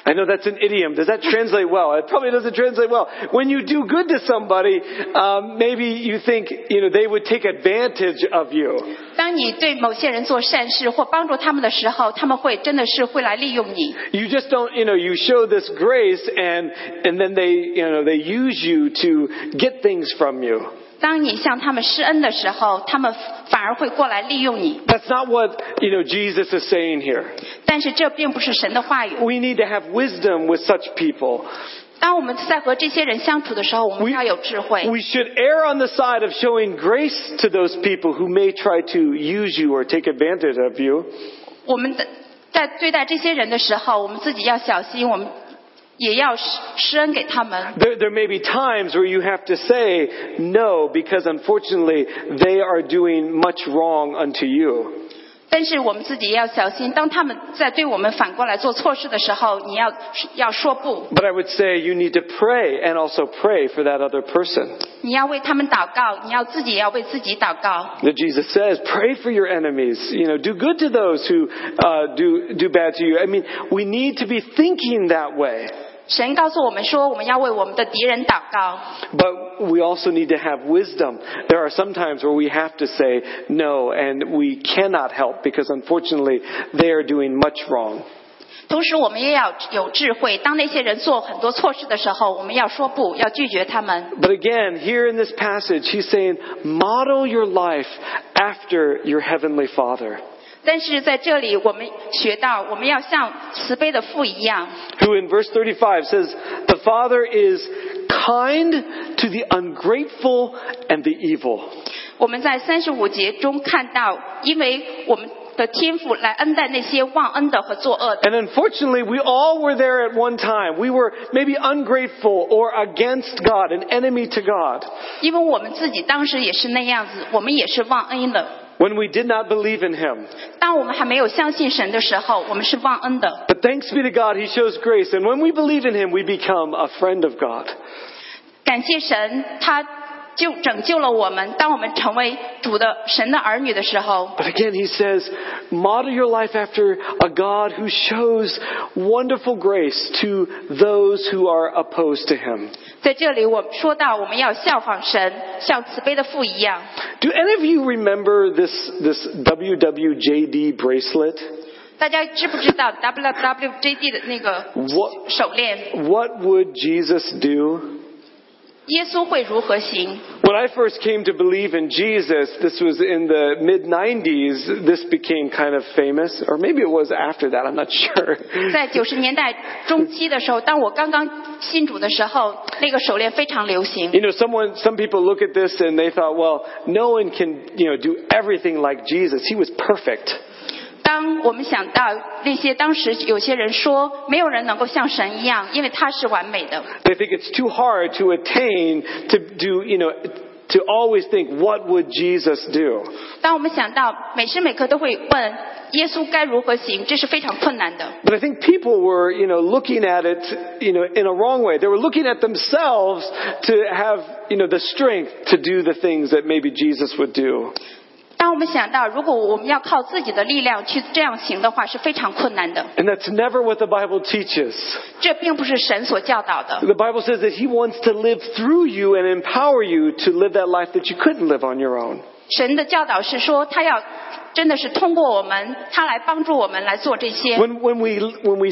Speaker 4: I know that's an idiom. Does that translate well? It probably doesn't translate well. When you do good to somebody, um, maybe you think you know they would take advantage of you.
Speaker 3: 当你对某些人做善事或帮助他们的时候，他们会真的是会来利用你。
Speaker 4: You just don't, you know, you show this grace, and and then they, you know, they use you to get things from you.
Speaker 3: 当你向他们施恩的时候，他们反而会过来利用你。
Speaker 4: That's not what you know Jesus is saying here.
Speaker 3: 但是这并不是神的话语。
Speaker 4: We need to have wisdom with such people.
Speaker 3: 当我们在和这些人相处的时候，我们
Speaker 4: We,
Speaker 3: 要有智慧。
Speaker 4: we should err on the side of showing grace to those people who may try to use you or take advantage of you.
Speaker 3: 我们的在对待这些人的时候，我们自己要小心，我们也要施施恩给他们。
Speaker 4: There, there may be times where you have to say no because unfortunately they are doing much wrong unto you.
Speaker 3: 但是我们自己也要小心，当他们在对我们反过来做错事的时候，你要要说不，
Speaker 4: But I would say you need to pray and also pray for that other person.
Speaker 3: 你要为他们祷告，你要自己也要为自己祷告。
Speaker 4: That Jesus says, pray for your enemies. You know, do good to those who uh, do do bad to you. I mean, we need to be thinking that way.
Speaker 3: 神告诉我们说，我们要为我们的敌人祷告，
Speaker 4: But we also need to have wisdom. There are some times where we have to say no, and we cannot help because unfortunately they are doing much wrong.
Speaker 3: 同时我们也要有智慧。当那些人做很多错事的时候，我们要说不，要拒绝他们。
Speaker 4: But again, here in this passage, he's saying, model your life after your heavenly Father,
Speaker 3: 但是在这里，我们学到我们要像慈悲的父一样，
Speaker 4: who in verse 35 says, the Father is kind to the ungrateful and the evil.
Speaker 3: 我们在三十五节中看到，因为我们的天赋来恩待那些忘恩的和作恶的。
Speaker 4: And unfortunately, we all were there at one time. We were maybe ungrateful or against God, an enemy to God.
Speaker 3: 因为我们自己当时也是那样子，我们也是忘恩的。
Speaker 4: when we did not believe in him.
Speaker 3: 当我们还没有相信神的时候，我们是忘恩的。
Speaker 4: But thanks be to God, he shows grace. And when we believe in him, we become a friend of God.
Speaker 3: 感谢神，他就拯救了我们。当我们成为主的神的儿女的时候，
Speaker 4: But again, he says, model your life after a God who shows wonderful grace to those who are opposed to him.
Speaker 3: 在这里我说到，我们要效仿神，像慈悲的父一样。
Speaker 4: Do any of you remember this, this WWJD bracelet?
Speaker 3: 大家知不知道 WWJD 的那个
Speaker 4: What,
Speaker 3: 手链？
Speaker 4: what would Jesus do?
Speaker 3: 耶稣会如何行？
Speaker 4: When I first came to believe in Jesus, this was in the mid 90s, this became kind of famous, or maybe it was after that, I'm not sure.
Speaker 3: 在九十年代中期的时候，当我刚刚信主的时候，那个手链非常流行
Speaker 4: You。know, someone, some people look at this and they thought, well, no one can, you know, do everything like Jesus. He was perfect.
Speaker 3: 当我们想到那些当时有些人说，没有人能够像神一样，因为他是完美的。
Speaker 4: They think it's too hard to attain, to do, you know, to always think, what would Jesus do?
Speaker 3: 当我们想到每时每刻都会问耶稣该如何行，这是非常困难的。
Speaker 4: But I think people were, you know, looking at it, you know, in a wrong way. They were looking at themselves to have, you know, the strength to do the things that maybe Jesus would do.
Speaker 3: 当我们想到如果我们要靠自己的力量去这样行的话，是非常困难的。
Speaker 4: And that's never what the Bible teaches.
Speaker 3: 这并不是神所教导的。
Speaker 4: The Bible says that He wants to live through you and empower you to live that life that you couldn't live on your own.
Speaker 3: 神的教导是说，他要真的是通过我们，他来帮助我们来做这些。
Speaker 4: When, when we, when we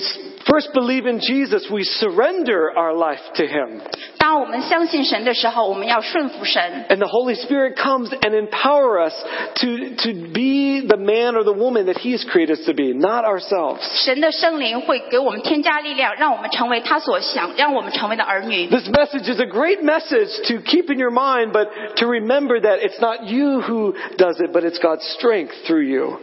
Speaker 4: first believe in Jesus, we surrender our life to Him.
Speaker 3: 当我们相信神的时候，我们要顺服神，
Speaker 4: And the Holy Spirit comes and empower us to, to be the man or the woman that He has created us to be, not ourselves.
Speaker 3: 神的圣灵会给我们添加力量，让我们成为他所想让我们成为的儿女。
Speaker 4: This message is a great message to keep in your mind, but to remember that it's not you who does it, but it's God's strength through you.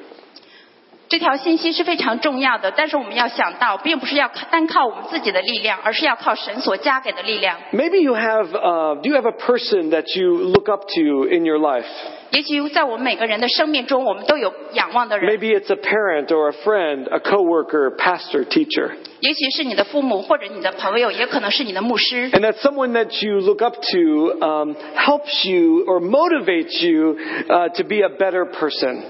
Speaker 3: 这条信息是非常重要的，但是我们要想到，并不是要单靠我们自己的力量，而是要靠神所加给的力量。
Speaker 4: Maybe you have, uh, do you have a person that you look up to in your life?
Speaker 3: 也许在我们每个人的生命中，我们都有仰望的人，
Speaker 4: Maybe it's a parent or a friend, a coworker, pastor, teacher.
Speaker 3: 也许是你的父母或者你的朋友，也可能是你的牧师。
Speaker 4: And that someone that you look up to um, helps you or motivates you uh, to be a better person.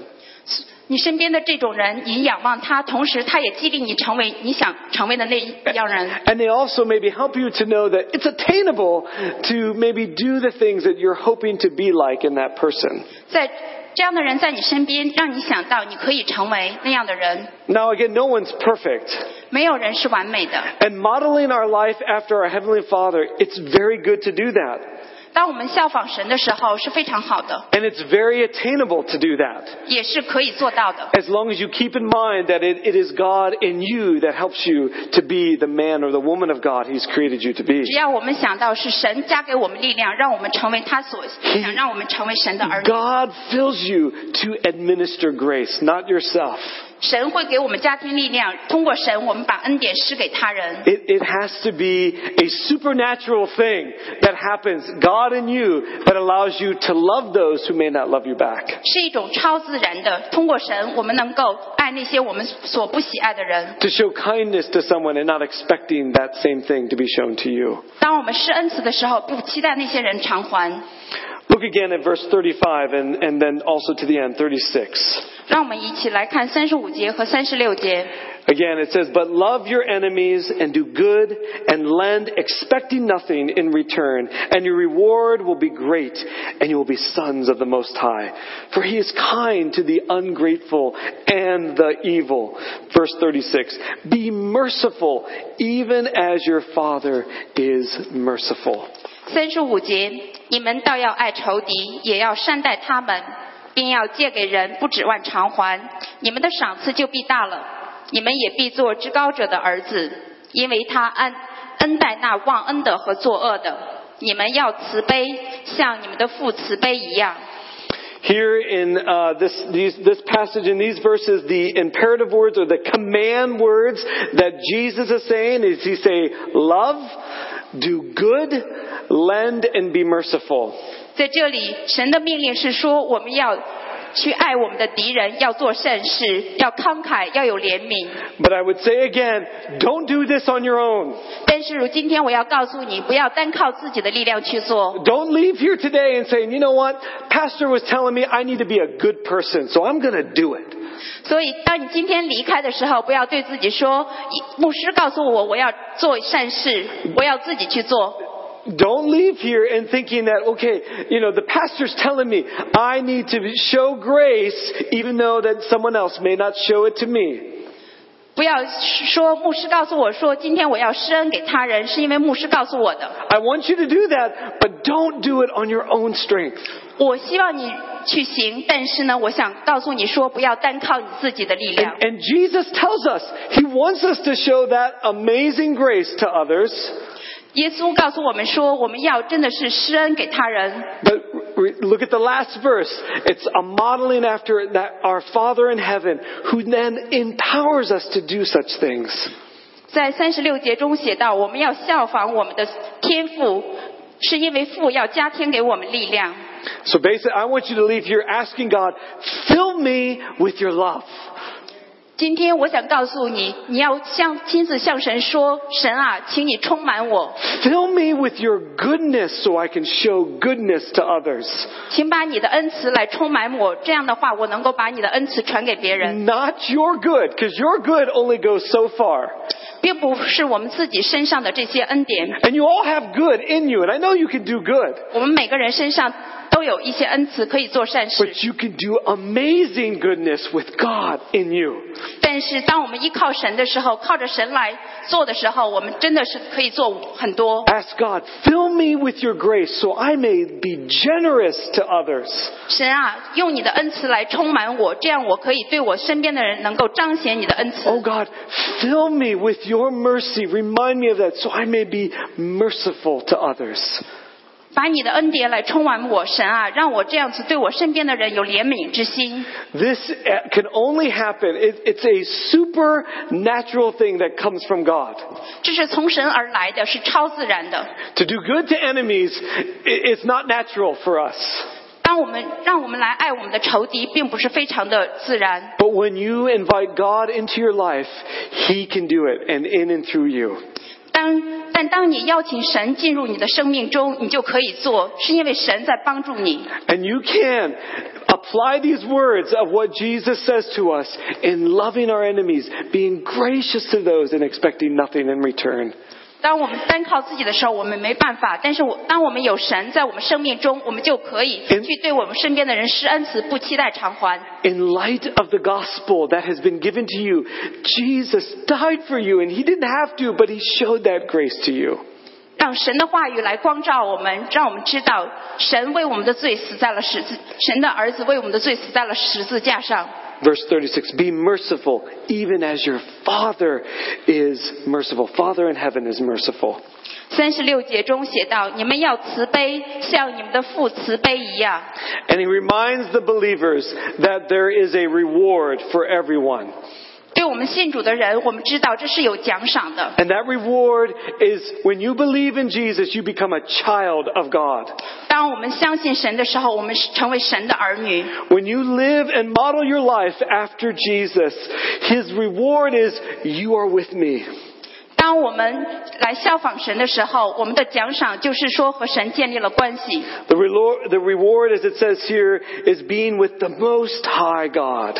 Speaker 3: 你身边的这种人，你仰望他，同时他也激励你成为你想成为的那一样人。
Speaker 4: And they also maybe help you to know that it's attainable to maybe do the things that you're hoping to be like in that person.
Speaker 3: 在这样的人在你身边，让你想到你可以成为那样的人。
Speaker 4: Now again, no one's perfect.
Speaker 3: 没有人是完美的。
Speaker 4: And modeling our life after our Heavenly Father, it's very good to do that.
Speaker 3: 当我们效仿神的时候是非常好的，
Speaker 4: And it's very attainable to do that.
Speaker 3: 也是可以做到的。
Speaker 4: As long as you keep in mind that it, it is God in you that helps you to be the man or the woman of God He's created you to be.
Speaker 3: 只要我们想到是神加给我们力量，让我们成为他所想让我们成为神的儿女，
Speaker 4: God fills you to administer grace, not yourself.
Speaker 3: 神会给我们加添力量。通过神，我们把恩典施给他人，
Speaker 4: It, it has to be a supernatural thing that happens, God in you, that allows you to love those who may not love you back.
Speaker 3: 是一种超自然的。通过神，我们能够爱那些我们所不喜爱的人。
Speaker 4: To show kindness to someone and not expecting that same thing to be shown to you.
Speaker 3: 当我们施恩慈的时候，不期待那些人偿还。
Speaker 4: Look again at verse 35 and, and then also to the end, 36.
Speaker 3: 让我们一起来看三十五节和三十六节。
Speaker 4: Again, it says, But love your enemies and do good and lend, expecting nothing in return, and your reward will be great, and you will be sons of the Most High. For he is kind to the ungrateful and the evil. Verse 36 Be merciful, even as your Father is merciful.
Speaker 3: 三十五节，你们倒要爱仇敌，也要善待他们，并要借给人，不指望偿还。你们的赏赐就必大了，你们也必做至高者的儿子，因为他恩恩待那忘恩的和作恶的。你们要慈悲，像你们的父慈悲一样。
Speaker 4: Here in uh, this, these, this passage, in these verses, the imperative words or the command words that Jesus is saying is He say, love, do good, lend, and be merciful.
Speaker 3: 在这里，神的命令是说，我们要去爱我们的敌人，要做善事，要慷慨，要有怜悯。
Speaker 4: But I would say again, don't do this on your own.
Speaker 3: 但是如今天我要告诉你，不要单靠自己的力量去做。
Speaker 4: Don't leave here today and saying, you know what, Pastor was telling me I need to be a good person, so I'm going to do it.
Speaker 3: 所以，当你今天离开的时候，不要对自己说：“牧师告诉我，我要做善事，我要自己去做。
Speaker 4: Don't leave here and thinking that, okay, you know, the pastor's telling me I need to show grace even though that someone else may not show it to me. ”
Speaker 3: 不要说牧师告诉我说今天我要施恩给他人，是因为牧师告诉我的。
Speaker 4: I want you to do that, but don't do it on your own strength.
Speaker 3: 我希望你去行，但是呢，我想告诉你说，不要单靠你自己的力量。
Speaker 4: And Jesus tells us, He wants us to show that amazing grace to others,
Speaker 3: 耶稣告诉我们说，我们要真的是施恩给他人。
Speaker 4: but re- look at the last verse. It's a modeling after that our Father in heaven who then empowers us to do such things.
Speaker 3: 在三十六节中写到，我们要效仿我们的天赋，是因为父要加添给我们力量。
Speaker 4: So basically, I want you to leave here asking God, fill me with your love.
Speaker 3: 今天我想告诉你，你要向亲自向神说：“神啊，请你充满我，
Speaker 4: Fill me with your goodness so I can show goodness to others.
Speaker 3: 请把你的恩慈来充满我。”这样的话，我能够把你的恩慈传给别
Speaker 4: 嗯
Speaker 3: 人，
Speaker 4: Not your good, because your good only goes so far.
Speaker 3: 并不是我们自己身上的这些恩典。
Speaker 4: And you all have good in you, and I know you can do good.
Speaker 3: 我们每个人身上都有一些恩赐可以做善事
Speaker 4: But。you can do amazing goodness with God in you.
Speaker 3: 但是当我们依靠神的时候，靠着神来做的时候，我们真的是可以做很多。
Speaker 4: Ask God, fill me with your grace so I may be generous to others.
Speaker 3: 神啊，用你的恩慈来充满我，这样我可以对我身边的人能够彰显你的恩慈。
Speaker 4: Oh God, fill me with your mercy. Remind me of that so I may be merciful to others.
Speaker 3: 把你的恩典来充满我，神啊，让我这样子对我身边的人有怜悯之心。
Speaker 4: This uh, can only happen. It, it's a supernatural thing that comes from God.
Speaker 3: 这是从神而来的，是超自然的。
Speaker 4: To do good to enemies i- is not natural for us.
Speaker 3: 当我们让我们来爱我们的仇敌，并不是非常的自然。
Speaker 4: But when you invite God into your life, He can do it and in and through you.
Speaker 3: 当但当你邀请神进入你的生命中，你就可以做，是因为神在帮助你。
Speaker 4: And you can apply these words of what Jesus says to us in loving our enemies, being gracious to those and expecting nothing in return.
Speaker 3: 当我们单靠自己的时候，我们没办法；但是我当我们有神在我们生命中，我们就可以
Speaker 4: 嗯
Speaker 3: 去对我们身边的人施恩慈，不期待偿还。
Speaker 4: In light of the gospel that has been given to you, Jesus died for you and He didn't have to, but He showed that grace to you.
Speaker 3: 让神的话语来光照我们，让我们知道神为我们的罪死在了十字，神的儿子为我们的罪死在了十字架上。
Speaker 4: Verse 36, be merciful even as your Father is merciful. Father in heaven is merciful.
Speaker 3: 三十六节中写道：“你们要慈悲，像你们的父慈悲一样。
Speaker 4: And he reminds the believers that there is a reward for everyone. ”
Speaker 3: 对我们信主的人，我们知道这是有奖赏的。
Speaker 4: And that reward is when you believe in Jesus, you become a child of God.
Speaker 3: 当我们相信神的时候，我们是成为神的儿女。
Speaker 4: When you live and model your life after Jesus, his reward is you are with me.
Speaker 3: 当我们来效仿神的时候，我们的奖赏就是说和神建立了关系。
Speaker 4: The reward, the reward, as it says here, is being with the Most High God.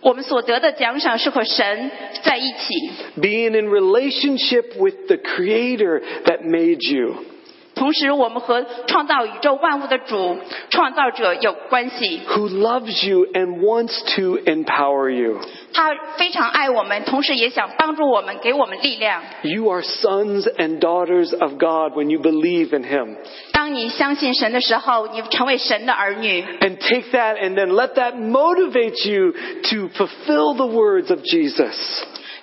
Speaker 3: 我们所得的奖赏是和神在一起，
Speaker 4: Being in relationship with the Creator that made you.
Speaker 3: 同时我们和创造宇宙万物的主、创造者有关系。
Speaker 4: Who loves you and wants to empower you.
Speaker 3: 他非常爱我们，同时也想帮助我们，给我们力量。
Speaker 4: You are sons and daughters of God when you believe in Him.
Speaker 3: 当你相信神的时候，你成为神的儿女。
Speaker 4: And take that and then let that motivate you to fulfill the words of Jesus.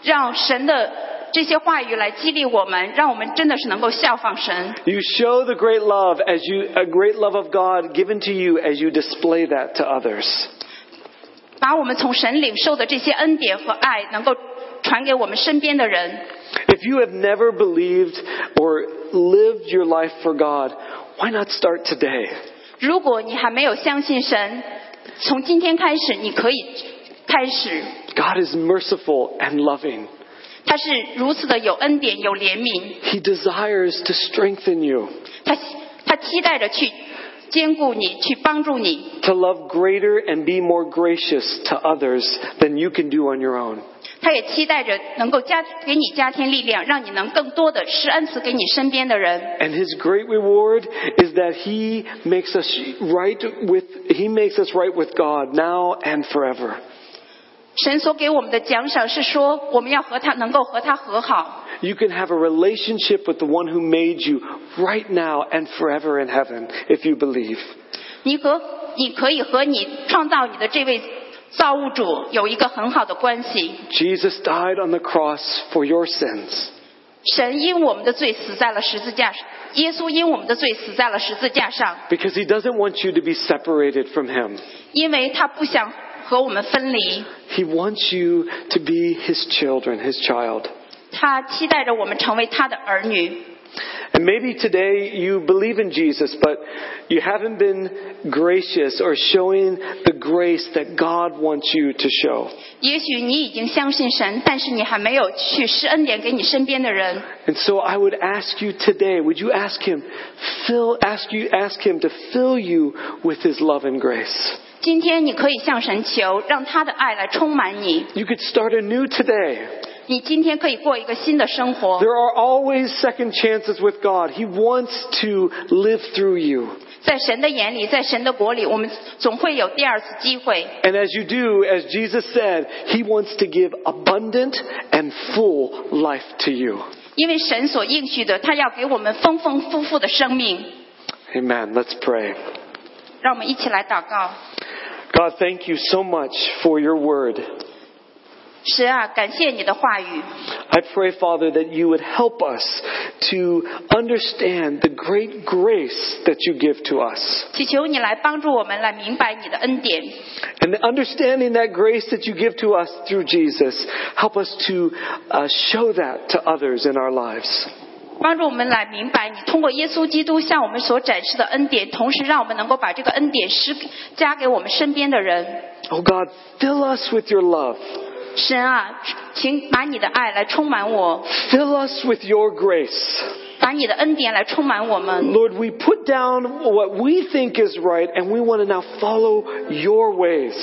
Speaker 3: 让神的这些话语来激励我们，让我们真的是能够效仿神。
Speaker 4: You show the great love as you, a great love of God given to you as you display that to others.
Speaker 3: 把我们从神领受的这些恩典和爱，能够传给我们身边的人。
Speaker 4: If you have never believed or lived your life for God, why not start today?
Speaker 3: 如果你还没有相信神，从今天开始，你可以开始。
Speaker 4: God is merciful and loving.
Speaker 3: 他是如此的有恩典，有怜悯，
Speaker 4: He desires to strengthen you,
Speaker 3: 他他期待着去兼顾你，去帮助你，
Speaker 4: to love greater and be more gracious to others than you can do on your own.
Speaker 3: 他也期待着能够加给你加添力量，让你能更多的施恩赐给你身边的人。
Speaker 4: And his great reward is that he makes us right with he makes us right with God now and forever.
Speaker 3: 神所给我们的奖赏是说，我们要和他能够和他和好，
Speaker 4: You can have a relationship with the one who made you right now and forever in heaven if you believe.
Speaker 3: 你和你可以和你创造你的这位造物主有一个很好的关系。
Speaker 4: Jesus died on the cross for your sins.
Speaker 3: 神因我们的罪死在了十字架上，耶稣因我们的罪死在了十字架上，
Speaker 4: Because he doesn't want you to be separated from him.
Speaker 3: 因为他不想和我们分离，
Speaker 4: He wants you to be his children, his child.
Speaker 3: 他期待着我们成为他的儿女。
Speaker 4: And maybe today you believe in Jesus, but you haven't been gracious or showing the grace that God wants you to show.
Speaker 3: 也许你已经相信神，但是你还没有去施恩典给你身边的人。
Speaker 4: And so I would ask you today, would you ask him, fill, ask you, ask him to fill you with his love and grace?
Speaker 3: 今天你可以向神求，让他的爱来充满你。
Speaker 4: You could start anew today.
Speaker 3: 你今天可以过一个新的生活。
Speaker 4: There are always second chances with God. He wants to live through you.
Speaker 3: 在神的眼里，在神的国里，我们总会有第二次机会。
Speaker 4: And as you do, as Jesus said, He wants to give abundant and full life to you.
Speaker 3: 因为神所应许的，他要给我们丰丰富富的生命。
Speaker 4: Amen. Let's pray.
Speaker 3: 让我们一起来祷告。
Speaker 4: God, thank you so much for your word.
Speaker 3: 神啊，感谢你的话语，
Speaker 4: I pray, Father, that you would help us to understand the great grace that you give to us.
Speaker 3: 祈求你来帮助我们来明白你的恩典，
Speaker 4: And understanding that grace that you give to us through Jesus, help us to uh, show that to others in our lives.
Speaker 3: 帮助我们来明白你通过耶稣基督向我们所展示的恩典，同时让我们能够把这个恩典施加给我们身边的人。
Speaker 4: Oh God, fill us with your love.
Speaker 3: 神啊，请把你的爱来充满我，
Speaker 4: Fill us with your grace.
Speaker 3: 把你的恩典来充满我们。
Speaker 4: Lord, we put down what we think is right and we want to now follow your ways.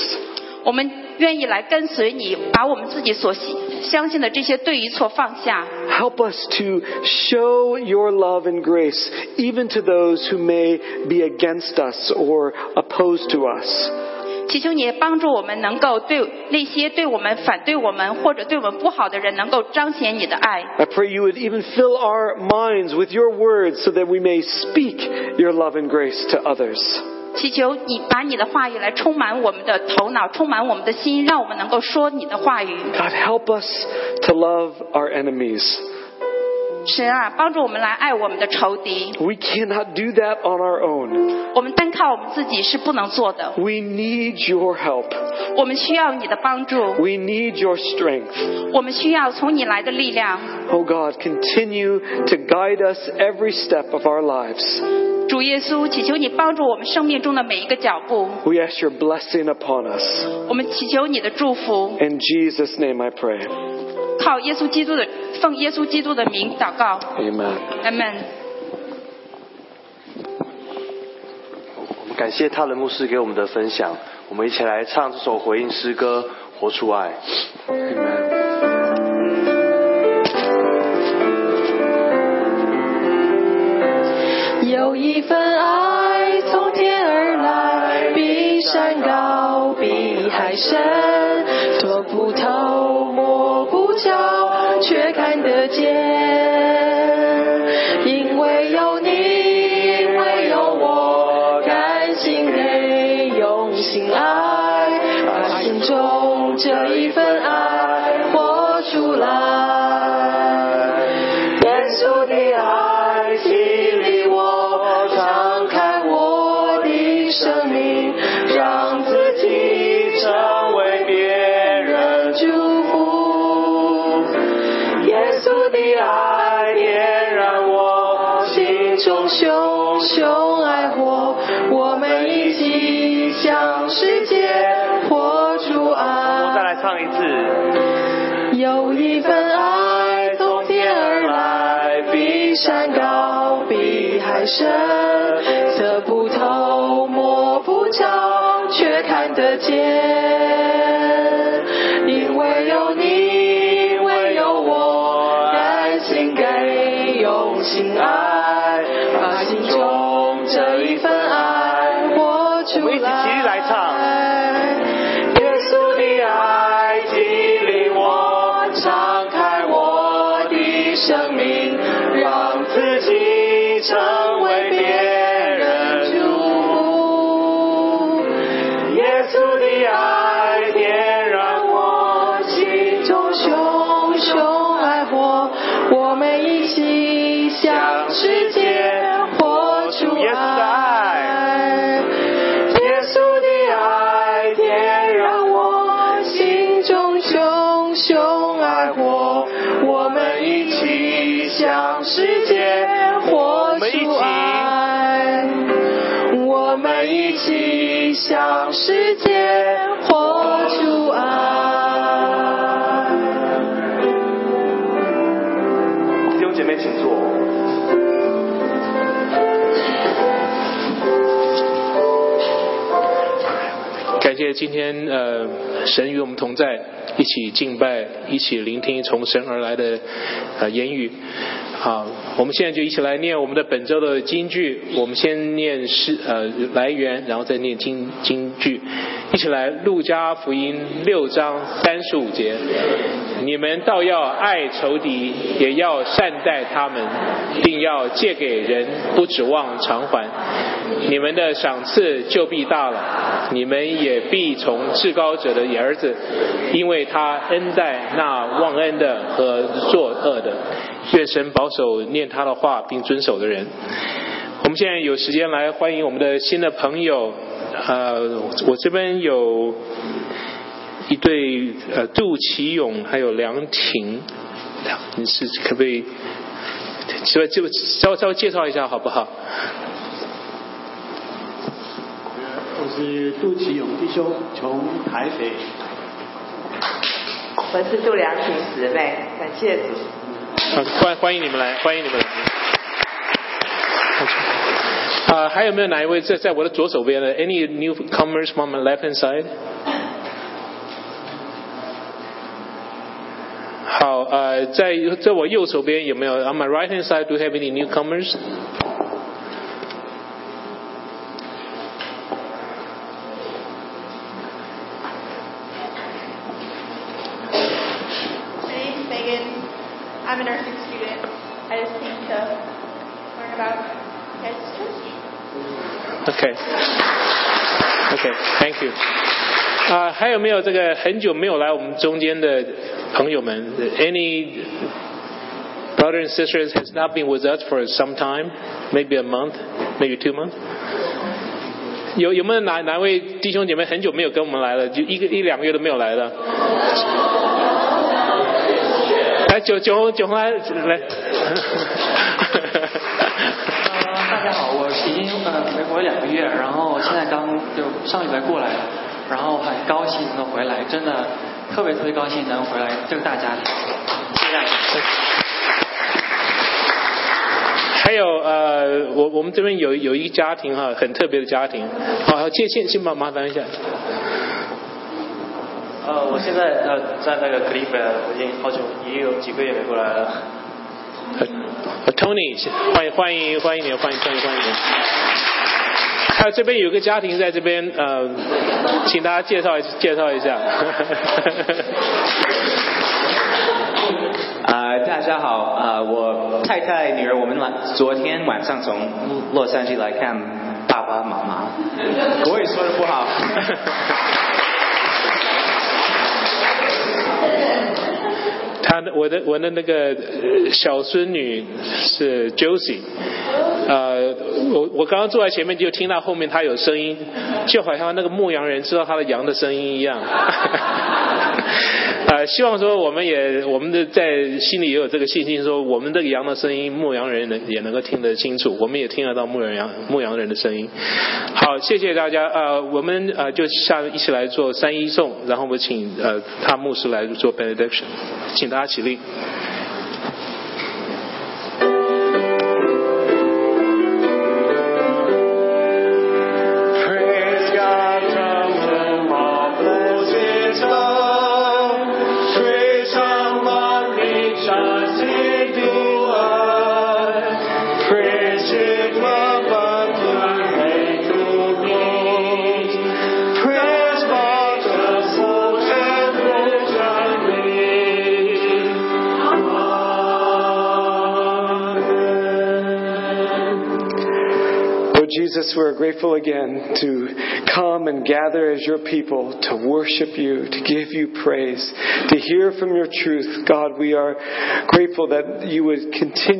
Speaker 3: 我们愿意来跟随你，把我们自己所信相信的这些对与错放下，
Speaker 4: Help us to show your love and grace even to those who may be against us or opposed to us.
Speaker 3: 祈求你帮助我们能够对那些对我们反对我们或者对我们不好的人，能够彰显你的爱。
Speaker 4: I pray you would even fill our minds with your words so that we may speak your love and grace to others.
Speaker 3: 祈求你把你的话语来充满我们的头脑，充满我们的心，让我们能够说你的话语。
Speaker 4: God, help us to love our enemies.
Speaker 3: 神啊，帮助我们来爱我们的仇敌。
Speaker 4: We cannot do that on our own.
Speaker 3: 我们单靠我们自己是不能做的，
Speaker 4: We need your help.
Speaker 3: 我们需要你的帮助，
Speaker 4: We need your strength.
Speaker 3: 我们需要从你来的力量。
Speaker 4: Oh God, continue to guide us every step of our lives.
Speaker 3: 主耶稣，祈求你帮助我们生命中的每一个脚步。
Speaker 4: We ask your blessing upon us.
Speaker 3: 我们祈求你的祝福，
Speaker 4: In Jesus' name I pray.
Speaker 3: 靠耶稣基督的，奉耶稣基督的名祷告，
Speaker 4: Amen.
Speaker 3: 阿门。
Speaker 5: 我们感谢泰伦牧师给我们的分享，我们一起来唱这首回应诗歌《活出爱》。
Speaker 4: Amen.
Speaker 6: 啊感谢今天呃，神与我们同在，一起敬拜，一起聆听从神而来的呃言语。啊、
Speaker 1: 好，我们现在就一起来念我们的本周的京剧。我们先念诗呃来源，然后再念京京剧。一起来，《路加福音》六章三十五节：你们倒要爱仇敌，也要善待他们，并要借给人，不指望偿还。你们的赏赐就必大了，你们也必从至高者的儿子，因为他恩待那忘恩的和作恶的。愿神保守念他的话并遵守的人。我们现在有时间来欢迎我们的新的朋友。呃，我这边有一对呃杜启勇还有梁婷，你是可不可以？稍微稍稍微介绍一下好不好？
Speaker 7: 我是杜启勇弟兄，从台北。
Speaker 8: 我是杜良婷姊妹，感谢主。
Speaker 1: 呃欢欢迎你们来，欢迎你们来。呃，还有没有哪一位在在我的左手边的？Any newcomers from my left hand side？好，呃，在在我右手边有没有？On my right hand side, do you have any newcomers？
Speaker 9: My name's Megan. I'm a nursing student. I just came to learn about Christ Church.
Speaker 1: OK，OK，Thank、you。啊、还有没有这个很久没有来我们中间的朋友们？Any brother and sisters has not been with us for some time, maybe a month, maybe two months. 有有没有哪哪位弟兄姐妹很久没有跟我们来了，就一个一两个月都没有来了？来，九九红九红来来。
Speaker 6: 呃，大家好，我已经呃回国两个月，然后现在刚就上礼拜过来，然后很高兴能够回来，真的特别特别高兴能回来这个大家庭，谢谢大家。
Speaker 1: 还有呃，我我们这边有有一家庭哈，很特别的家庭，好，好借先先麻麻烦一下，
Speaker 10: 呃，我现在呃在那个 c l i f 已经好久也有几个月没过来了。
Speaker 1: 呃呃 Tony，欢迎欢迎欢迎你，欢迎欢迎欢迎你。还有这边有个家庭在这边，呃，请大家介绍一介绍一下。
Speaker 11: 啊、大家好，啊、我太太、女儿，我们晚昨天晚上从洛杉矶来看爸爸妈 妈，国语说的不好。
Speaker 1: 他的我的我的那个呃小孙女是 Josie，呃，我我刚刚坐在前面就听到后面她有声音，就好像那个牧羊人知道他的羊的声音一样。 呃，希望说我们也我们的在心里也有这个信心，说我们这个羊的声音，牧羊人能也能够听得清楚，我们也听得到牧羊羊牧羊人的声音。好，谢谢大家。呃，我们呃就下一起来做三一颂，然后我们请呃他牧师来做 benediction，请大家起立。
Speaker 7: Praise God from whom all blessings come. Praise someone rejoice in delight. Praise it above the hateful gold. Praise God the soul and rich I
Speaker 4: Lord Jesus, we're grateful again to come and gather as your people, to worship you, to give you praise, to hear from your truth. God, we are grateful that you would continue.